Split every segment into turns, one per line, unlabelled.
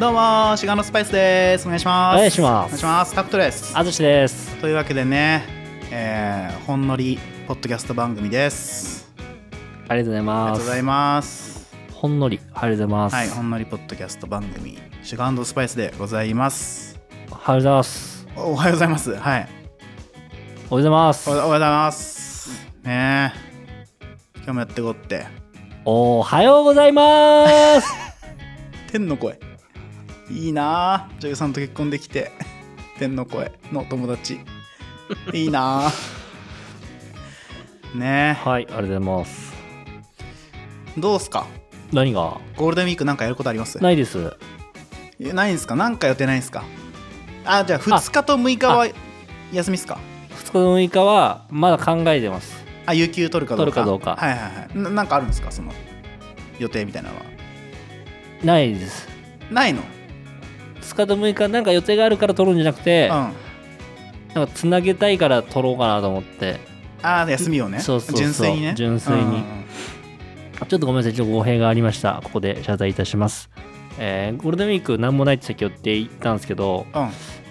どうも、シガノスパイスです。お願いします。
お願いします
お願いします。タクトです。
あずしです。
というわけでね、えー、ほんのりポッドキャスト番組です。
ありがとうござい
ありが
ま
とうご
す。
ざいます。
ほんのり、ありがとうござ
はいい、
ます。
ほんのりポッドキャスト番組、シガスパイスでございます。
はようございます。
おおはようございます。はい。
おはようございます
おは。ようございます。ねえ。今日もやってこうって。
おはようございます。
天の声。いいなあ。女優さんと結婚できて。天の声の友達。いいなあ。ね
はい、ありがとうございます。
え。どうすか
何が
ゴールデンウィークなんかやることあります
ないです。
えないんすかなんか予定ないんすかあ、じゃあ2日と6日は休みっすか
2日の6日はまだ考えてます。
あ、有給取るかどうか。
取るかどうか
はいはいはい。ななんかあるんですかその予定みたいなのは。
ないです。
ないの
2日と6日、なんか予定があるから取るんじゃなくて、
うん。
なんかつなげたいから取ろうかなと思って、
あー休みをね
そうそうそう
純粋にね
純粋に
うんうんうん
ちょっとごめんなさい、ちょっと語弊がありました。ここで謝罪いたします。えーゴールデンウィークなんもないって先ほど言ったんですけど、
うん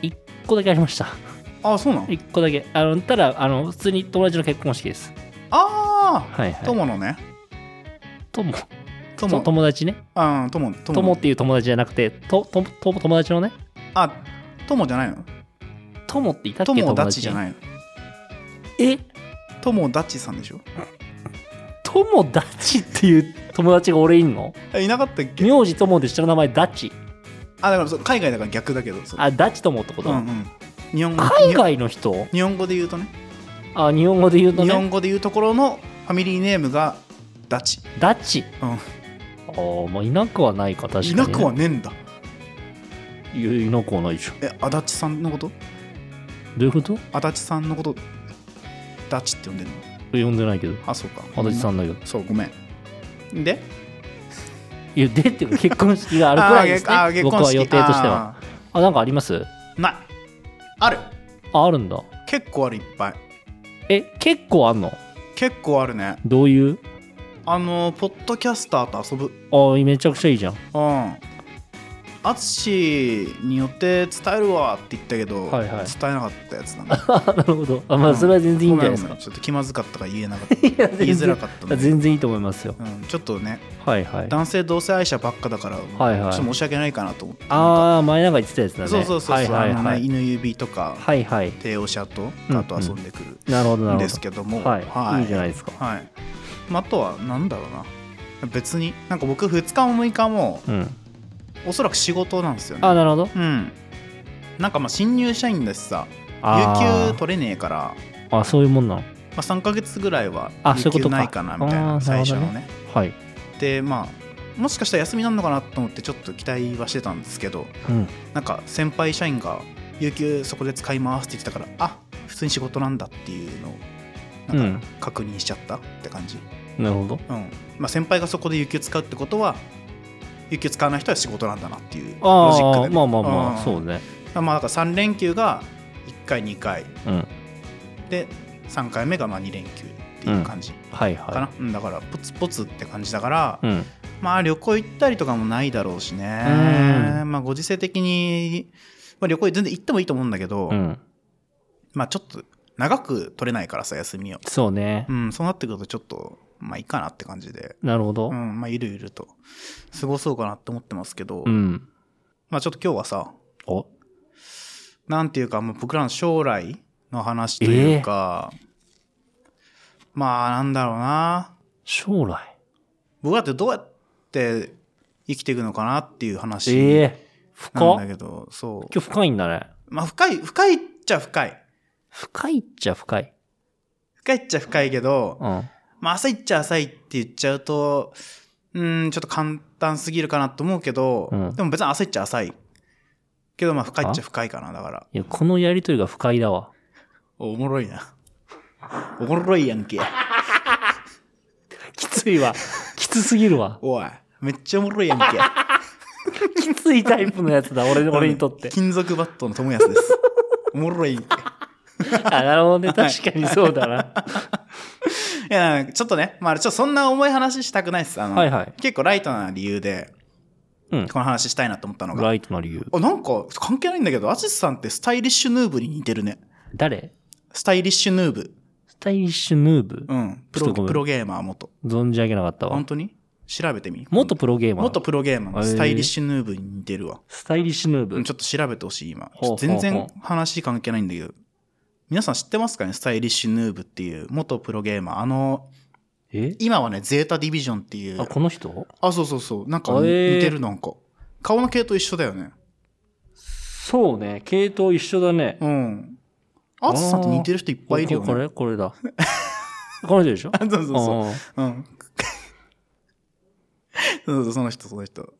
1個だけありました。
あそうなの
1個だけ。あの、ただ、あの、普通に友達の結婚式です。
あ
はいは
あ
い。
友のね
友
友
友達ね。
うん友友
友っていう友達じゃなくて、と、と、と友達のね。
あ友じゃないの
友っていたっけ
友達じゃ
い。
ないの
え
友達さんでしょ
友達っていう友達が俺いんの
えいなかったっけ
名字友で下の名前ダチ。
あだからそう海外だから逆だけどそう
あ、ダチ友ってこと、
うんうん日本語
海
日本
外の人
日本語で言うとね
あ、日本語で言うと
日
ね
本。語で言うところのファミリーネームがダチ
ダチ。
うん
ああ、まあ、いなくはないか、確かに、
いなくはねえんだ
いやいなくはないでしょ。
え足立さんのこと
どういうこと
足立さんのことダチって呼んでるの
呼んでないけど。
あそうか
足立さんだけど。
そうごめんで
いや、でって結婚式があるくらいですね。
あー結
僕は予定としては。
あ
あ、なんかあります
ーないある
あ、あるんだ。
結構あるいっぱい
え、結構あんの
結構あるね
どういう
あのポッドキャスターと遊ぶ
ああ、めちゃくちゃいいじゃん。
うん淳によって伝えるわって言ったけど、
はいはい
伝えなかったやつなんだ
あなるほど。あ、
う
まあ、
ん
それは全然いいんじゃないです
ごめんごめん。
か
ちょっと気まずかったから言えなかった
いや、
言い
全
づら
然。
かったんで、
全然いいと思いますよ。
うん、ちょっとね
はいはい。
男性同性愛者ばっかだから、
はいはい
ちょっと申し訳ないかなと思って
ああ、前なんか言ってたやつだね。
そうそうそうそう、
はいはい
あの
は
ね
い。
犬指とか、
はいはい。
帝王者と
うん
あと遊んでくる、
なるほど、なるほ
です
ど。
けども、
はい。いいじゃないですか。
はいまあ、あとはなんだろうな別になんか僕2日も6日も
うん。
おそらく仕事なんですよね
あ、なるほど。
うんなんかまあ新入社員だしさ
あ
有給取れねえから、ま
ーあ、そういうもんなの。
あ、3ヶ月ぐらいは
あそ
有
ういうこ
給
とか
ないかなみたいな
あー
最初
な
の
るほど
ね
はい。
でまあもしかしたら休みなんのかなと思ってちょっと期待はしてたんですけど
うん。
なんか先輩社員が「有給そこで使います」って言ってたからあ普通に仕事なんだっていうのを
う
なん
ん
か。確認しちゃったって感じ、
なるほど。
うんまあ、先輩がそこで有給使うってことは有給使わない人は仕事なんだなっていうロジック
あ
でね、
あ、まあまあまあ、
ん
そうね。
まあだから3連休が1回2回
うん。
で3回目がまあ2連休っていう感じ
はい
かな
は、
うんだからポツポツって感じだから、
い。うん。
まあ旅行行ったりとかもないだろうしね
う
まあご時世的に、まあ、旅行全然行ってもいいと思うんだけど、
うん。
まあちょっと長く取れないからさ休みを、
そうね
う。ん、そうなってくるとちょっとまあいいかなって感じで
なるほど
う。ん、まあ、ゆるゆると過ごそうかなって思ってますけど、
うん。
まあ、ちょっと今日はさ、
お
なんていうか、もう僕らの将来の話というか、まあ、なんだろうな。
将来。
僕らってどうやって生きていくのかなっていう話
え
な
え深
ん
っ
だけど、そう。
今日深いんだね。
まあ、深い、深いっちゃ深い。
深いっちゃ深い。
深いっちゃ深いけど、
うん。
まあ、浅いっちゃ浅いって言っちゃうと、うん、ちょっと簡単すぎるかなと思うけど、
うん
でも別に浅いっちゃ浅い。けど、まあ、深いっちゃ深いかな、だから。
いや、このやりとりが不快だわ。
おもろいな。おもろいやんけ。
きつい わ。きつすぎるわ。
おい、めっちゃおもろいやんけ。
きついタイプのやつだ、 俺、俺にとって。
金属バットの友康です。おもろいやんけ。
あ、なるほどね。確かにそうだな。
いや、ちょっとね、まあ、ちょっとそんな重い話したくないです。あの、
はいはい
結構ライトな理由で、
うん
この話したいなと思ったのが。
ライトな理由。
あ、なんか関係ないんだけど、アジスさんってスタイリッシュヌーブに似てるね。
誰
スタイリッシュヌーブ。
スタイリッシュヌーブ、
うん。プ
ちょ
ロ
っとごめん
プロゲーマー元。
存じ上げなかったわ
本。当に調べてみ。
元プロゲーマー。
元プロゲーマーの
へー
スタイリッシュヌーブに似てるわ。
スタイリッシュヌーブ。
うんちょっと調べてほしい、今。ち
ほ
ょ
うほうほう
っと全然話関係ないんだけど。皆さん知ってますかねスタイリッシュヌーブっていう元プロゲーマー。あの、
え
今はね、ゼータディビジョンっていう。
あ、この人
あ、そうそうそう。なんか
あ
似
えー
似てるなんか。顔の系統一緒だよね。
そうね。系統一緒だね。
うん。アツさんって似てる人いっぱいいるよね。
これこれだ。この人でしょ
あそうそうそう。
あー
うん。 そうそうその人、その人。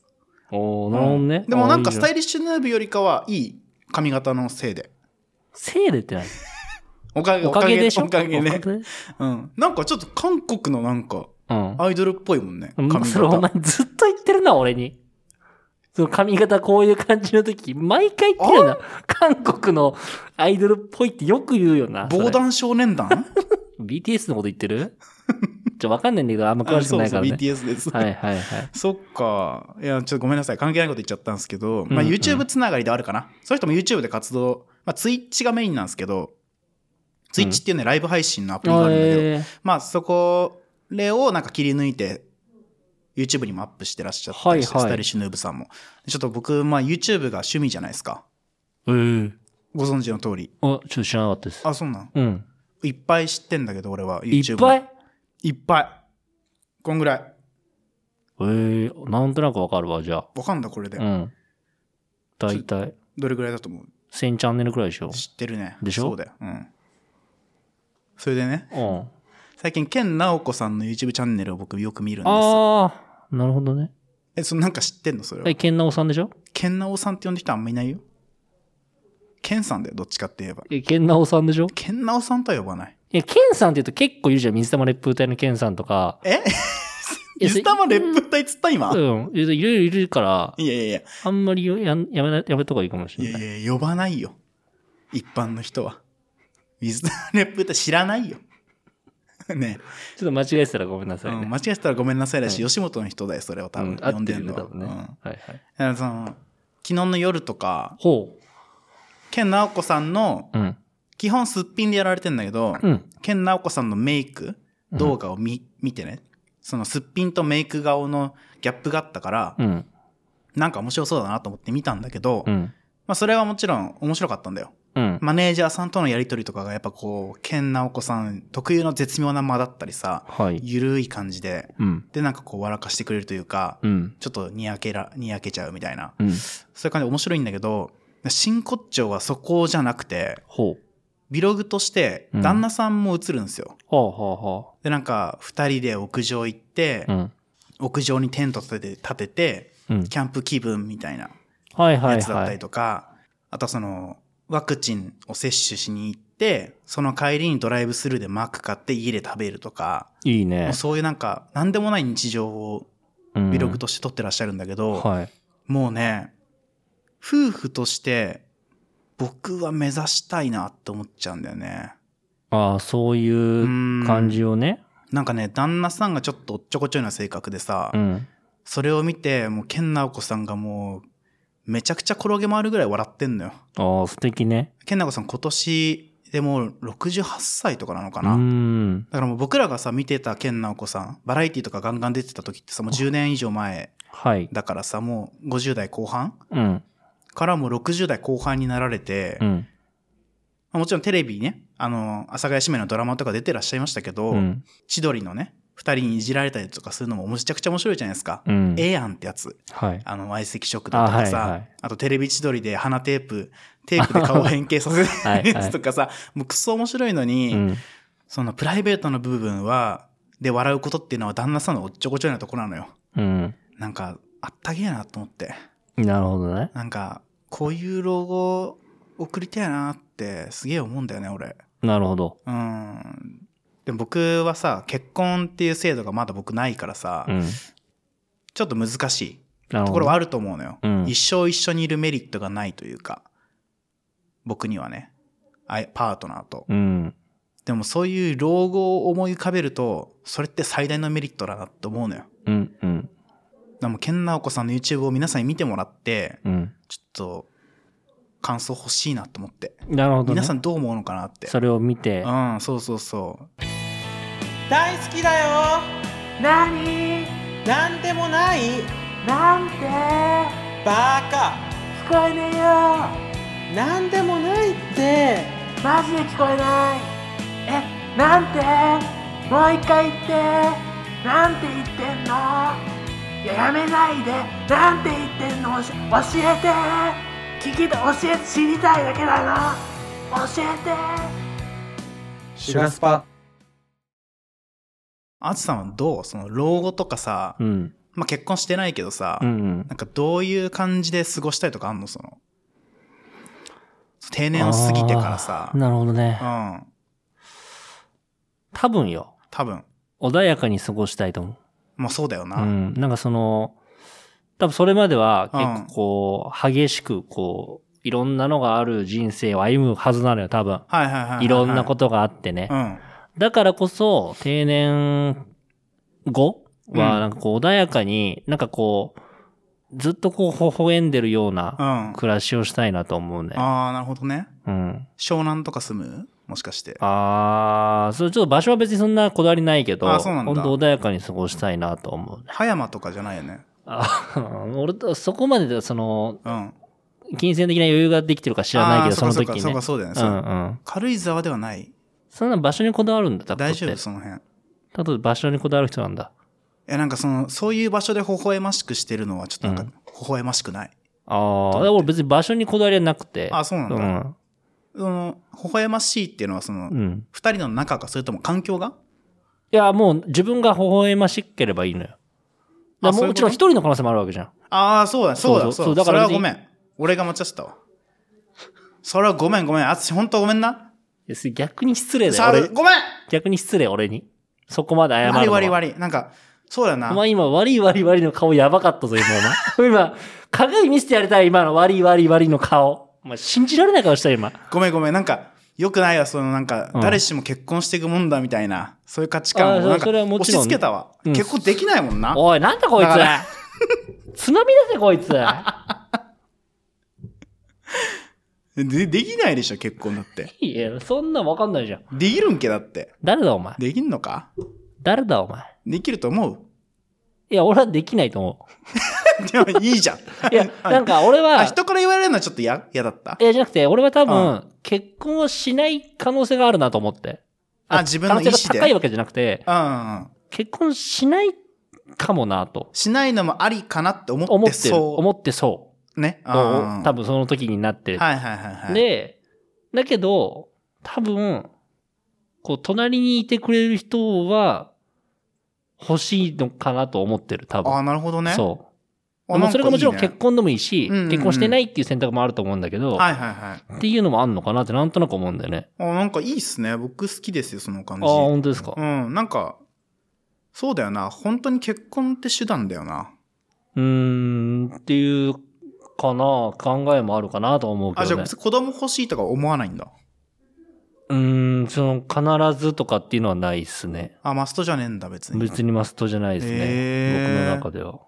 おーなるほどね。
でもなんかスタ
イ
イリッシュヌーブよりかはいい髪型のせいで。
せいでってない。
おかげ、
おかげでしょ
おかげね。
うん。
うん。なんかちょっと韓国のなんかアイドルっぽいもんね。
うん
髪
それお前
型。
ずっと言ってるな、俺に。その髪型こういう感じの時、毎回言ってるな。韓国のアイドルっぽいってよく言うよな。それ
防弾少年 団
BTS のこと言ってるちょ、わかんないんだけど、あんま詳しくないからね。
あそうそう、BTS です。
はいはいはい。
そっか。いや、ちょっとごめんなさい。関係ないこと言っちゃったんですけど、まあ、
うんうん
YouTube つながりであるかな。そういう人も YouTube で活動、まあ、Twitch がメインなんですけど、Twitch っていうね、ライブ配信のアプリがあるんだけど、
えー
まあ、そこ、例をなんか切り抜いて、YouTube にもアップしてらっしゃったりして、
はいは
ス
い
タイリッシュヌーブさんも。ちょっと僕、まあ、YouTube が趣味じゃないですか。
うん。
ご存知の通り。
あ、ちょっと知らなかったです。
あ、そうなん
うん。
いっぱい知ってんだけど、俺は YouTube。
いっぱい
いっぱい。こんぐらい。
えー、なんとなくわかるわ、じゃあ。
わかんだ、これで
う。ん。だいたい、
どれぐらいだと思う
1000チャンネルくらいでしょ。
知ってるね。
でしょ
そうだよ。うん。それでね、
うん。
最近、ケンナオコさんの YouTube チャンネルを僕よく見るんですよ。
あー、なるほどね。
え、そのなんか知ってんのそれ
え、
は。
ケンナオさんでしょ
ケンナオさんって呼んでる人あんまいないよ。ケンさんだよ、どっちかって言えば。
え、ケンナオさんでしょ
ケンナオさんとは呼ばない。
いや、ケンさんって言うと結構いるじゃん。水玉レップ隊のケンさんとか。
え
いや
水玉レップ隊っつった今、
うん。いろいろいるから、
いやいやいや。
あんまりよやんやめな、やめた方がいいかもしれ
い
ない。
やいや、呼ばないよ。一般の人は。水玉レップ隊知らないよ。 ね
ちょっと間違えてたらごめんなさい
うん
ね。
間違えてたらごめんなさいだし、
う
吉本の人だよ、それを多
う
分。
ん合
呼ん
って
で
る
ん
ね、
のは。
多分ね。
う
は
ん
いはい。
あのその昨日の夜とか、
ほ
ケンナオコさんの、
う。うん。
基本すっぴんでやられてんだけど、
うん。
ケンナオコさんのメイク動画を見,、見てね、そのすっぴんとメイク顔のギャップがあったから、
うん。
なんか面白そうだなと思って見たんだけど、
うん。
まあそれはもちろん面白かったんだよ。
うん。
マネージャーさんとのやりとりとかがやっぱこう、ケンナオコさん特有の絶妙な間だったりさ、
はい。
ゆるい感じで、
うん。
でなんかこう笑かしてくれるというか、
うん。
ちょっとにやけら、にやけちゃうみたいな。
うん。
そういう感じで面白いんだけど、真骨頂はそこじゃなくて、
ほう。
ビログとして
うん
旦那さんも映るんですよ。
はあは
で、なんか二人で屋上行って、
あはあ。
屋上にテント立てて、立てて、
うん。うん。
キャンプ気分みたいな
はいはい
やつだっ
は
たり
い。
とか、あとその、ワクチンを接種しに行って、その帰りにドライブスルーでマック買って家で食べるとか、
いい
も
ね
う。そういうなんか、なんでもない日常を
うん
ビログとして撮ってらっしゃるんだけど、
はい。
もうね、夫婦として、僕は目指したいなって思っちゃうんだよね。
ああ、そういうう
ーん
感じをね。
なんかね、旦那さんがちょっとおっちょこちょいな性格でさ、
うん。
それを見て、もう、ケンナオコさんがもう、めちゃくちゃ転げ回るぐらい笑ってんのよ。
ああ、素敵ね。
ケンナオコさん今年でもう68歳とかなのか
うー
な、だ
ん。
からもう僕らがさ、見てたケンナオコさん、バラエティとかガンガン出てた時ってさ、もう10年以上前
はい。
だからさ、もう50代後半
うん。
からもう60代後半になられて、
う
ま
ん。
あもちろんテレビね、あの、阿佐ヶ谷姉妹のドラマとか出てらっしゃいましたけど、
うん。
千鳥のね、二人にいじられたりとかするのもめちゃくちゃ面白いじゃないですか。
うん。
ええやんってやつ。
はい。
あの、相席食堂と
あは
か
い
さ、あ,、
はい
とテレビ千鳥で鼻テープ、テープで顔を変形させ
は
る
い
やつとかさ、もうクソ面白いのに、
うん。
そのプライベートの部分は、で笑うことっていうのは旦那さんのおっちょこちょいなとこなのよ。
うん。
なんか、あったけえなと思って。
なるほどね。
なんか、こういう老後送りたいなってすげえ思うんだよね、俺。
なるほど。
うん。でも僕はさ、結婚っていう制度がまだ僕ないからさ、
うん。
ちょっと難しい。
なる
と
ほ
ころ
ど
は。あると思うのよ、
うん
一生一緒にいるメリットがないというか僕にはねあいパートナーと、
うん。
でもそういう老後を思い浮かべるとそれって最大のメリットだなって思うのよ
うん。うん。
でも、ケンナオコさんの YouTube を皆さんに見てもらって、
うん。
ちょっと、感想欲しいなと思って。
なるほど、ね。
皆さんどう思うのかなって。
それを見て。
うん、そうそうそう。
大好きだよ
なに
なんでもない
なんて
バカ
聞こえねえよ
なんでもないって
マジで聞こえないえなんてもう一回言ってなんて言ってんのいややめないでなんて言ってんのおし教えて聞きた教えて知りたいだけだな教えて
シュガスパ
あつさんはどうその、老後とかさ、
うん。
まあ、結婚してないけどさ、
うんうん。
なんかどういう感じで過ごしたいとかあんのその、定年を過ぎてからさ
あー、なるほどね
う。ん、
多分よ。
多分。
穏やかに過ごしたいと思
まあそうだよ
う。う
な。
ん。なんかその、多分それまでは
うん
結構こう、激しくこう、いろんなのがある人生を歩むはずなのよ、多分。
はいはいはいはいはい。。
いろんなこととがあってね
う。ん。
だからこそ、定年後
うん
は、なんかこう、穏やかに、なんかこう、ずっとこう、微笑んでるよう
う。
なん暮らしをしたいなと思うね。
ああ、なるほどね。
うん。
湘南とか住むもしかして。
あー、それちょっと場所は別にそんなこだわりないけど、
あそうなんだ
本当穏やかに過ごしたいなと思うね。
葉山とかじゃないよね。
あ 俺と、そこまでで、その、
うん。
金銭的な余裕ができてるか知らないけど、そ
あー
の
う
時
か
ね。
そうかそうかそうだよね。
う
そうん
うん。
軽井沢ではない。
そんな場所にこだわるんだ、タクト
大
って
丈夫その辺。い
タクトって場所にこだわる人なんだ。
や、なんかその、そういう場所で微笑ましくしてるのは、ちょっとなんか、
う
微
ん
笑ましくない。
ああ、俺別に場所にこだわりはなくて。
あそうなんだ
うん。
その、微笑ましいっていうのは、その、
うん。
二人の仲か、それとも環境が
いや、もう自分が微笑ましければいいのよ。だから
あそういうこと
もちろん一人の可能性もあるわけじゃん。
ああ、そうだ、そうだ、
そう
そ
そうう
だ。そう
そだか
れ
ら
はごめん。俺が間違ってたわ。それはごめん、ごめん。あつし、ほんとごめんな。
いや逆に失礼だ
さあ、
よ。
ごめ
俺
ん
逆に失礼、俺に。そこまで謝るのは。
悪い悪い悪い。なんか、そうだよな。
お前今、悪い悪い悪いの顔やばかったぞ、今お前。 今、鏡見せてやりたい、今の悪い悪い悪いの顔。お前、信じられない顔したよ、今。
ごめんごめん。なんか、よくないわ、そのなんか、
うん
誰しも結婚していくもんだみたいな、そういう価値観を
あーそう
なんか、
それはも
押
ち
し
ろんね
付けたわ。
うん
結婚できないもんな。
おい、なんだこい
だから
つ。つまみ出せ、こいつ。
でできないでしょ、結婚だって。
いや、そんなんわかんないじゃん。
できるんけ、だって。
誰だ、お前。
できんのか
誰だ、お前。
できると思う
いや、俺はできないと思
でもいいじゃん。
う。い や、なんか俺
あ、
は、
人から言われるのはちょっとや嫌だった
い。や、じゃなくて、俺は多
う
分、結婚をしない可能性があるなと思って。
あ自分の意思で
可能性が高いわけじゃなくて、
うんうんうん。
結婚しないかもなと。
しないのもありかなって思っ
思っててる。
そ。
思ってそう
ね。
う。
うんうんうん
多分その時になってる。
はいはいはいはい。
で、だけど、多分、こう、隣にいてくれる人は、欲しいのかなと思ってる、多
あ
分。
あ、なるほどね。
そうう。もうそれがもちろん結。婚でもいいし、
うんうんうん
結婚してないっていう選択もあると思うんだけど、
あなんかいいねはいはいはい。
っていうのもあんのかなってなんとなく思うんだよね。
あなんかいいっすね。僕好きですよ、その感
あ
じ。
あ、本当ですか。
うん、なんか、そうだよな。本当に結婚って手段だよな。
うーん、っていう、かな、考えもあるかなと思う
あ、
け
じ
ど
ゃ
ね
あ。子供欲しいとか思わないんだ。
うーん、その、必ずとかっていうのはないっすね。
あ、マストじゃねえんだ、別に。
別にマストじゃないです
へ
ね。
ー
僕の中では。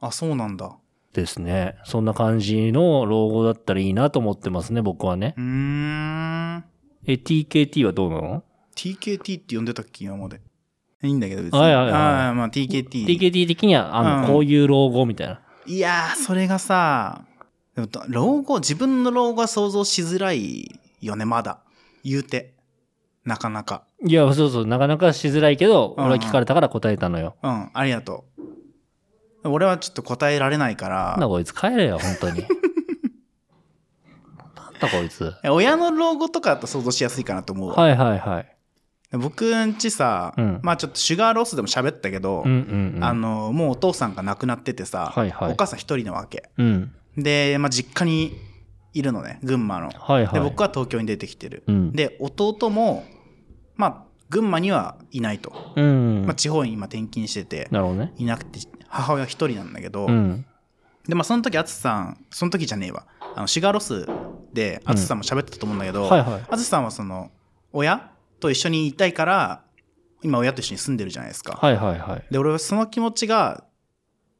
あ、そうなんだ。
ですね。そんな感じの老後だったらいいなと思ってますね、僕はね
う。ーん。
え、TKT はどうなの
TKT って呼んでたっけ、今まで。いいんだけど、別に。
はいはいはいはい
あまあ TKT。
?TKT 的には、あの、
うん
こういう老後みたいな。
いやー、それがさ、でもど老後、自分の老後は想像しづらいよね、まだ。言うて。なかなか。
いや、そうそう、なかなかしづらいけど、
うん
俺は聞かれたから答えたのよ。
うん、ありがとう。俺はちょっと答えられないか
なんだ
ら、
こいつ帰れよ、本 当に。なんだこいつ。
え親の老後とかだと想像しやすいかなと思うわ。
はいはいはい。
僕んちさ、
うん
まあちょっとシュガーロスでも喋ったけど、
うんうんうん。
あの、もうお父さんが亡くなっててさ、
はいはい
お母さん一人なわけ。
うん。
で、まあ実家にいるのね、群馬の。
はいはい。
で、僕は東京に出てきてる。
うん。
で、弟も、まあ、群馬にはいないと。
うん。
まあ、地方に今転勤してて、
なるほどね。
いなくて、母親一人なんだけど、
うん。
で、まあ、その時、あつさん、その時じゃねえわ。あの、シガーロスで、あつさんも喋ってたと思うんだけど、
はいはい。
あつさんはその、親と一緒にいたいから、今親と一緒に住んでるじゃないですか。
はいはいはい。
で、俺はその気持ちが、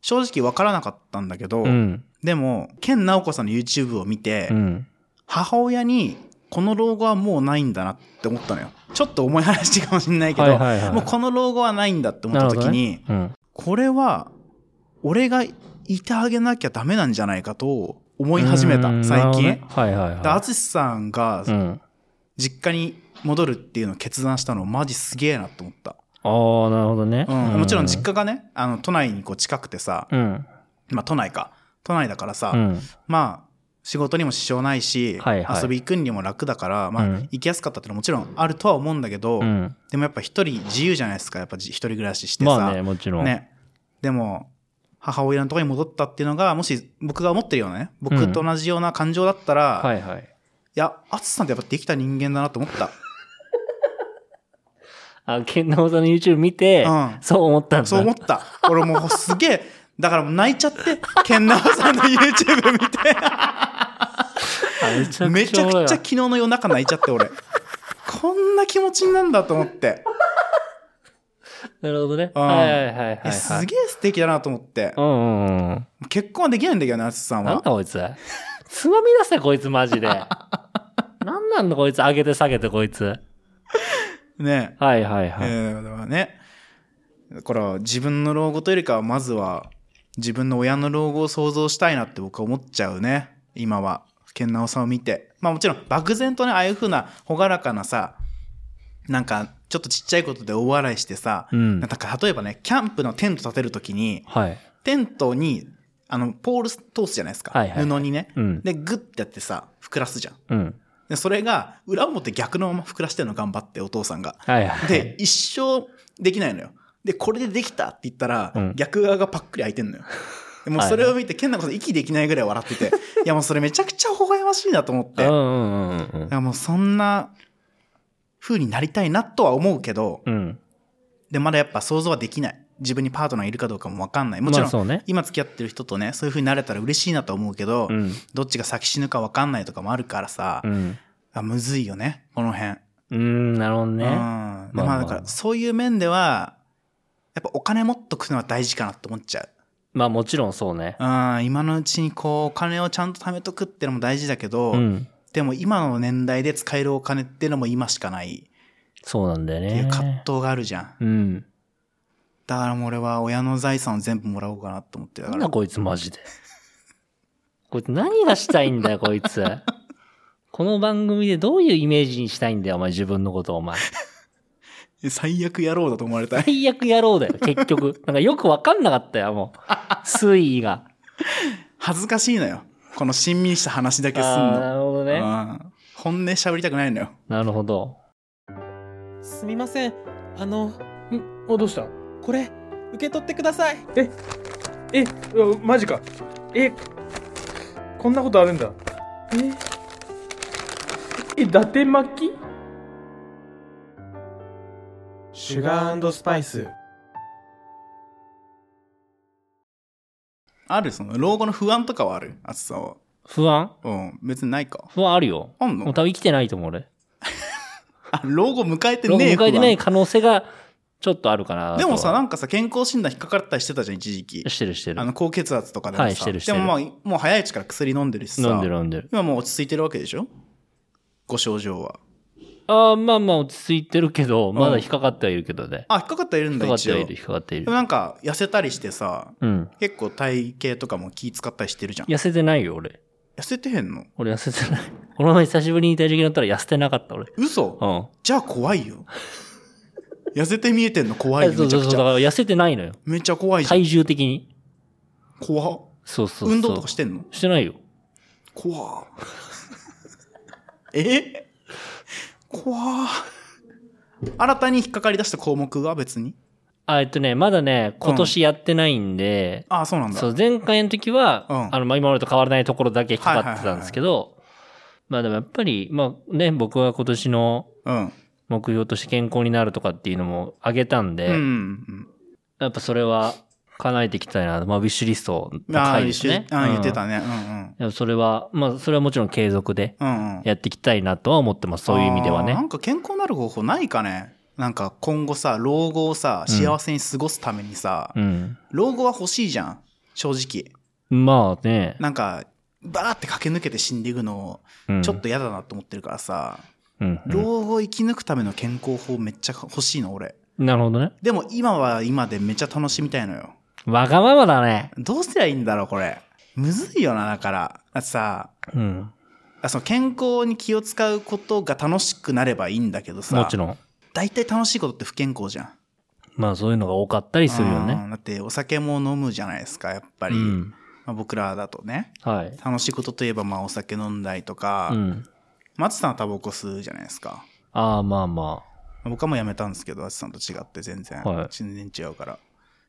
正直わからなかったんだけど、
うん。
でも、ケンナオコさんの YouTube を見て、
うん。
母親に、この老後はもうないんだなって思ったのよ。ちょっと重い話かもしれないけど、
はいはいはい
もうこの老後はないんだって思った時に、
うん。
これは、俺がいてあげなきゃダメなんじゃないかと思い始め
う
た、
ん
最近。
なるほどねはいはい
で、
は
淳さんが
い。うん。
実家に戻るっていうのを決断したの、マジすげえなって思った。
ああ、なるほどね。
うん、もちろん実家がね、あの、都内にこう近くてさ、
うん。
まあ都内か。都内だからさ、
うん。
まあ、仕事にも支障ないし、
はいはい
遊び行くにも楽だから、まあ
うん、
行きやすかったってのはもちろんあるとは思うんだけど、
うん。
でもやっぱ一人自由じゃないですか、やっぱじ一人暮らししてさ。
まあね、もちろん。
ね。でも、母親のところに戻ったっていうのが、もし僕が思ってるようなね、僕と同じような感情だったら、、
はいいはい。
や、淳さんってやっぱできた人間だなと思った。
あ、ケンナオさんの YouTube 見て、
うん
そう思ったんだ。
そう思った。俺もうすげえ、だからもう泣いちゃって、ケンナオさんの YouTube 見て、
あめちゃ
め
く
ち
ちゃ
ゃく
お
ち
もろ
ゃ
いわ
昨日の夜中泣いちゃって、 俺。こんな気持ちになるんだと思って。
なるほどね。
うん
はいはいはいはい、
い
は
や
い。
すげえ素敵だなと思って
う。んうんうん。
結婚はできないんだけどね、淳さん
なんだ
は。
こいつ。つまみ出せこいつ マジで。なんなんだこいつ。上げて下げてこいつ。
ね
はいはいはい。
えーだからね。だから自分の老後というよりかは、まずは自分の親の老後を想像したいなって僕は思っちゃうね。今は。健直さんを見て。まあもちろん漠然とね、ああいう風な朗らかなさ、なんかちょっとちっちゃいことで大笑いしてさ、
うん
なんか例えばね、キャンプのテント建てるときに、
はい。
テントに、あの、ポール通すじゃないですか。
はいはい
布にね。
うん
で、グッてやってさ、膨らすじゃん。
うん。
で、それが、裏表逆のまま膨らしてるの頑張って、お父さんが。
はいはい。
で、一生できないのよ。で、これでできたって言ったら、
うん
逆側がパックリ開いてん のよ。でもう
はい
それを見て、健太さん息できないぐらい笑ってて、いやもうそれめちゃくちゃ微笑ましいなと思って、
うん
い
うんうんうん
やもうそんな風になりたいなとは思うけど、
うん。うん。
で、まだやっぱ想像はできない。自分にパートナーいるかどうかもわかんない。もちろ
まあ
ん、
そうね。
今付き合ってる人とね、そういう風になれたら嬉しいなとは思うけど、
うん。
どっちが先死ぬかわかんないとかもあるからさ、
うん。
あむずいよね、この辺。
うん、なるほどね。
うん。
は
で
まあま
ま
あ
あだから、そういう面では、やっぱお金持っとくのは大事かなと思っちゃう。
まあもちろんそうね。
うん、今のうちにこう、お金をちゃんと貯めとくってのも大事だけど、
うん。
でも今の年代で使えるお金ってのも今しかない
そうなんだよ
っていう
ね。
葛藤があるじゃん。
うん。
だからもう俺は親の財産を全部もらおうかなと思ってる
な
か
ん
ら
だ。 こいつマジで。こいつ何がしたいんだよ、こい つ。この番組でどういうイメージにしたいんだよ、お前自分のこと、お前。
最悪野郎だと思われたい。
最悪野郎だよ、結 局。なんかよくわかんなかったよ、もう。推移が。
恥ずかしいのよ。この親民した話だ
あ
けすん
ーな
の。
るほどね。
うん本音喋りたくないのよ。
なるほど。
すみませんあの
んおどうした
これ受け取ってください
えうわマジかえこんなことあるんだええ伊達巻き
シュガースパイス
あるその、老後の不安とかはあるあつさんは。
不安
うん、別にないか。
不安あるよ。
あんの
もう多分生きてないと思う、俺。
あ、老後迎えてねえ
迎えてない
不
可能性がちょっとあるかな
安
と。
でもさ、なんかさ、健康診断引っかかったりしてたじゃん、一時期。
してるしてる
あ。の、高血圧とかでもさ。
はいしてるしてる
でもまあ、もう早いうちから薬飲んでるしさ。
飲んでる飲んでる。
今もう落ち着いてるわけでしょご症状は。
ああ、まあまあ落ち着いてるけど、まだ引っかかってはいるけどね。
あ、引っかかったらいるん
引っ
だ、
かかって
一
は
応。
いる、
で
引っかかってい
も
る。
なんか、痩せたりしてさ、
うん。
結構体型とかも気使ったりしてるじゃん。痩
痩せてないよ、俺。
せてへんの
俺痩せ てない。この前久しぶりに体重計乗ったら痩せてなかった、俺。
嘘
うん。
じゃあ怖いよ。痩せて見えてんの怖いよ、
そう
めち
そ
ゃ
う
く
そう。
ち
だ
ゃ。
から痩せてないのよ。
めっちゃ怖いじゃん。
体重的に。
怖っ
そうそうそう。
運動とかしてんの
してないよ。
怖っえ怖っ新たに引っかかり出した項目が別に
あ、えっとね、まだね、今年やってないんで、
ああ、そうなんだ。
そう、前回の時は、
うん
あの、まあ、今までと変わらないところだけ引っかかってたんですけど、まあでもやっぱり、まあね、僕は今年の
うん。
目標として健康になるとかっていうのもあげたんで、
うんうん
やっぱそれは叶えていきたいな、まあ、ウィッシュリスト
うん。
の
ああ、
回
一緒
ですね。
ああ言って
うん
たね。うん
やっぱそれは、まあ、それはもちろん継続で
うん。うんうん。
やっていきたいなとは思ってます。そういう意味では
あーな
ね。
んか健康になる方法ないかねなんか今後さ、老後をさ、幸せに過ごすためにさ、
うん。
老後は欲しいじゃん。正直。
まあね。
なんか、バーって駆け抜けて死んでいくの
うん
ちょっと嫌だなと思ってるからさ、
うんうん
老後生き抜くための健康法めっちゃ欲しいの、俺。
なるほどね。
でも今は今でめっちゃ楽しみたいのよ。
わがままだね。
どうすりゃいいんだろう、これ。むずいよな、だから。だってさ、
うん。
あその健康に気を使うことが楽しくなればいいんだけどさ、
もちろん。
大体楽しいことって不健康じゃん。
まあそういうのが多かったりするよ
う
ね。
んだってお酒も飲むじゃないですか、やっぱ
う
り。
ん。
まあ、僕らだとね。
はい。
楽しいことといえば、まあお酒飲んだりとか、
うん。
松さんはタバコ吸うじゃないですか。
ああ、まあま
僕はもうやめたんですけど、松さんと違って全然。
はい
全然違う から。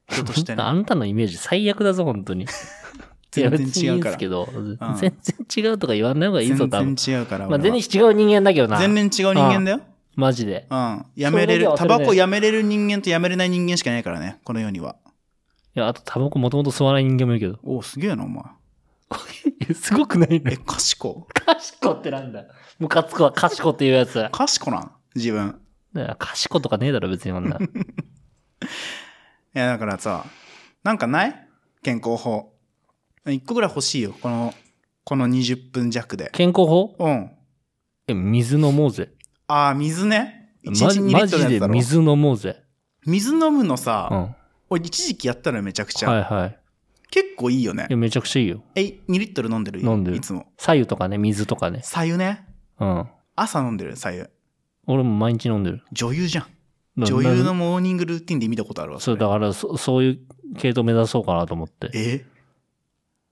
人として
あ。あ
ね。
んたのイメージ最悪だぞ、本当に。
全然
いや別にいいんですけど、全然違うとか言わない方がいいぞ、
全
多分。
然違うから。
まあ
俺
全
は
然違う人間だけどな。
全然違う人間だよ。
マジで。
うん。やめれる
それだけ、は
タ
忘れな
バ
い
コやめれる人間とやめれない人間しかいないからね、この世には。
いや、あとタバコもともと吸わない人間もいるけど
おお、すげえな、お前。
いや。すごくない
え、
ね。
賢
かしこってなんだ。ムカつくわ、かしこっていうやつ。だか
賢なん自分。
らかしことかねえだろ、別に こんな。
いや、だからさ、なんかない健康法。一個ぐらい欲しいよ、この、この20分弱で。
健康法
うん。
え、水飲もうぜ。
あー、水ね。1
マ
日
ジ
2リ
マ
ットルのや
ジ
つ
で
だろ。水
水飲もうぜ。
飲むの
うん。
さ、
は
俺一時期やったのよ、めちゃく
い
ちゃ。
はい。
結構いいよね
いや、。めちゃくちゃいいよ。
え、2リットル飲んでる
飲んでる
いつも。
左右とかね、水とかね。
左右ね。
うん。
朝飲んでる、左右。
俺も毎日飲んでる。
女優じゃん。
だ
女優のモーニングルーティンで見たことあるわ。
そう、だからそ、そういう系統目指そうかなと思って。
え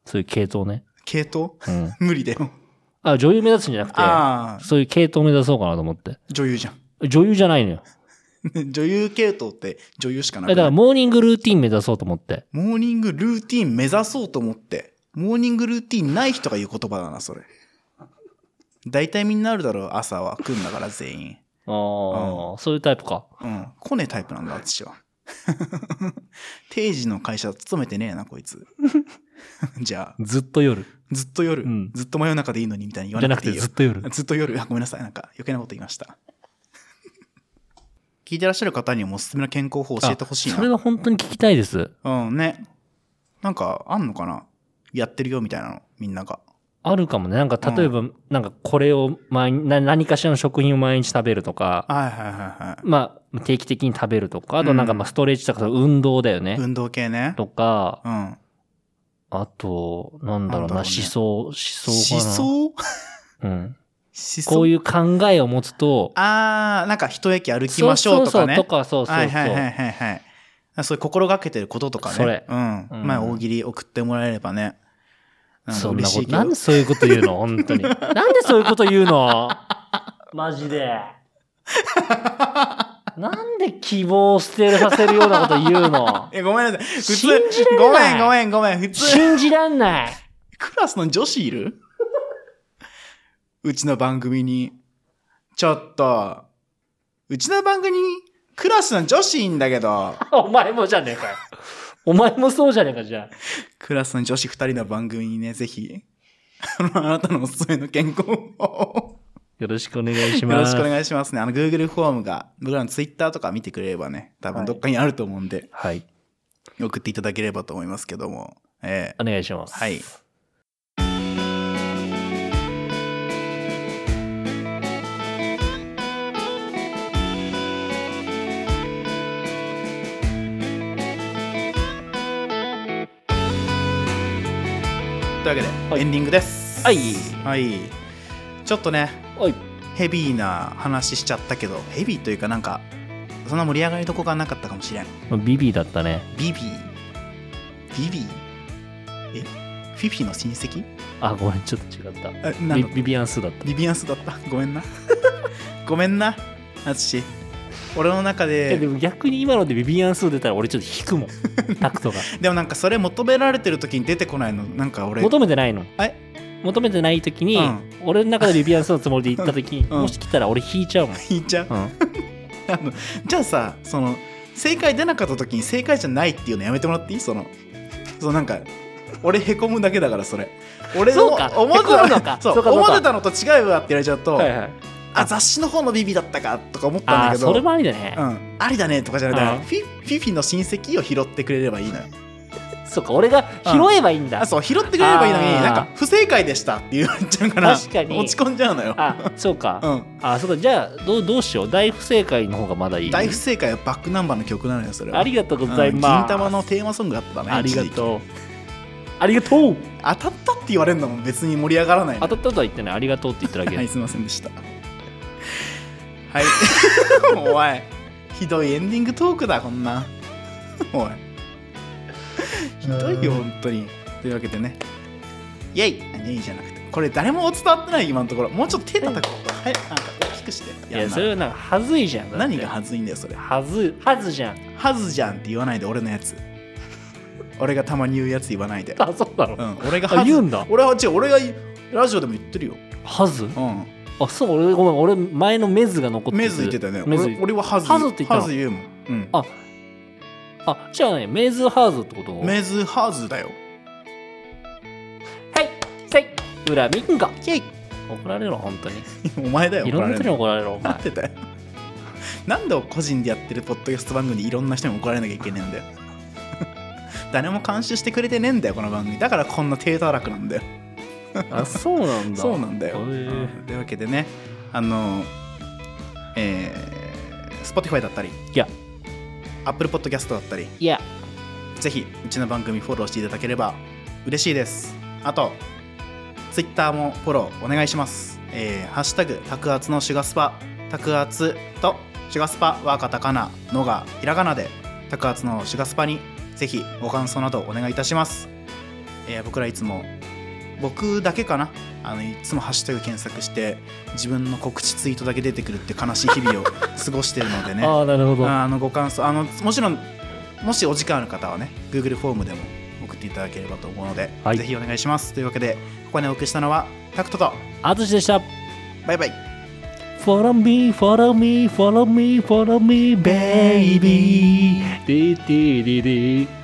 そういう系統ね。
系統
うん。
無理だよ。
あ、女優目指すんじゃな
ああ、
くて、そういう系統目指そうかなと思って。
女優じゃん。
女優じゃないのよ。
女優系統って女優しかな
え
くな
だ
い
から、モーニングルーティン目指そうと思って。
モーニングルーティン目指そうと思って。モーニングルーティンない人が言う言葉だな、それ。大体みんなあるだろう、朝は。来んだから全員。
ああ、そういうタイプか。
うん。来ねえタイプなんだ、私は。 定時の会社勤めてねえな、こいつ。 じゃあ、
ずっと夜。
ずっと夜、
うん
ずっと真夜中でいいのにみたいに言
じ
わ
ゃ
なく
なく
てい
て、
いよ
ずっ。と夜。
ずっと夜。あごめんなさい。なんか余計なこと言いました。 聞いてらっしゃる方にもおすすめの健康法を教えてほしい
あ
な。
それは本当に聞きたいです。
うんね。なんかあんのかなやってるよみたいなの、みんなが。
あるかもね。なんか、例えば、なんか、これを毎日、な何かしらの食品を毎日食べるとか、
はいはいはいはい。
まあ、定期的に食べるとか、あとなんか、まあ、ストレッチとか、運動だよね。
運動系ね。
とか、
うん。
あと、な
なん
んだろうな、
だろう
思
ね
想、思想
思
かな。
想思
うん。
想
こう
う。
いう考えを持つと、
あー、なんか一駅歩きましょうとかね。
そうそうそうとか、そうそうそ
は
う。
いはいはいはいはい。そういう心がけてることとかね。
それ
うん。
うん
まあ大喜利送ってもらえればね。なんか
そんな
嬉し
こ
い
と。
け
なん
ど
で。そういうこと言うの本 当に。なんでそういうこと言うのマジで。なんで希望を捨てさせるようなこと言う の
え、ごめんなさい。普通
信じら、
ご
れ
め
なんい
ごめんごめん。普通、
信じらんない。
クラスの女子いるうちの番組に。ちょっと、うちの番組にクラスの女子いんだけど、
お前もじゃねえかよ。お前もそうじゃねえか、じゃあ。
クラスの女子二人の番組にね、ぜひ、 あの、あなたのおすすめの健康法を
よろしくお願いし
よ
ます。
ろしくお願いしますね。あの、Google フォームが、僕らの Twitter とか見てくれればね、多分どっかにあると思うんで、
はい。
送っていただければと思いますけども。え
お願いします。
はい。ーというわけで、
はい
エンディングです。
はい
はい。ちょっとね、
おい。
ヘビーな話しちゃったけど、ヘビーというかなんか、そんな盛り上がりどこがなかったかもしれん。
ビビだったね。
ビビービビーえフィフィの親戚
あ、ごめん、ちょっと違った。
えなん
ビ
だ
ビビアンスーだった。
ビビアンスだったごめんな ごめんな淳俺の中
えで
で
も逆に今のでビビアンスー出たら俺ちょっと引く もんタクトが
でもなんかそれ求められてる時に出てこないのなんか俺
求めてないの
え
求めてない時に、
うん
俺の中でビビアンスーのつもりで行った時に、
うん
もし来たら俺引いちゃうもん、
引いちゃう
うん、
あのじゃあさその正解出なかった時に正解じゃないっていうのやめてもらっていいそのそのなんか俺へこむだけだからそれ俺の
そうか
思ってた
へこむのか
そう
そうかそうか
思ってたのと違うわって言われちゃうと、
はいはい
あ雑誌の方のビビだったかとか思ったん
あ
だ
あ
けど
それもありだね
う、ん、ありだねとかじゃなく
うん
てフィフィフィの親戚を拾ってくれればいいのよ
そうか俺が拾えばいいんだ、
あそう拾ってくれればいいのに
あー
なんか不正解でしたって言っちゃうから
確かに
落ち込んじゃうのよ、
あそうか、
うん、
あそうかじゃあどうどうしよう大不正解の方がまだいい
大不正解はバックナンバーの曲なのよそれは
ありがとうございます、
うん銀玉のテーマソングだったね
ありが
一時期
とうありがとう
当たったって言われるのも別に盛り上がらないの
当たったことは言ってないありがとうって言っただけ、
はいすいませんでしたはいおい ひどいエンディングトークだこんな おいひどいよ本当にというわけでねイェイあイェイじゃなくてこれ誰も伝わってない今のところもうちょっと手叩くはいなんか大きくして
いや
んな
それはなんかはずいじゃんだって
何がはずいんだよそれ
はずはずじゃん
はずじゃんって言わないで俺のやつ俺がたまに言うやつ言わないで
あそうだろ、
うん俺が
あ
はず
言うんだ
俺は違う俺がラジオでも言ってるよ
はず
うん
あそう俺ごめん俺前のメズが残ってる
メズ言ってたよね
メズ
俺俺はハズ
ハズって言ったの
ハズ言うもん、うん
ああじゃあねメズハーズってことはい
メズハズだよ
せい裏ミンガ
イェイ
怒られろ本当に
お前だよ
いろんな人に
怒
怒られろお
られるのな
前
んでだよ なんで個人でやってるポッドキャスト番組でいろんな人に怒られなきゃいけねえんだよ 誰も監修してくれてねえんだよこの番組だからこんな低たらくなんだよ
あそうなんだ
そうなんだよ、
へえ
うんというわけでねあのえー、Spotify だったり
いや
Apple Podcast だったり
いや
ぜひうちの番組フォローしていただければ嬉しいですあと Twitter もフォローお願いしますえーハッシュタグたくあつのシュガスパたくあつとシュガスパはカタカナのがひらがなでたくあつのシュガスパにぜひご感想などお願いいたします、えー僕らいつも僕だけかなあのいつもハッシュタグ検索して自分の告知ツイートだけ出てくるって悲しい日々を過ごしてるのでね
ああなるほど
あのご感想あのもちろんもしお時間ある方はね Google フォームでも送っていただければと思うので、
はい
ぜひお願いしますというわけでここにお送りしたのはタクトと
あつしでした
バイバイ
Follow me, follow me, follow me, follow me, baby. Dee, dee, dee, dee.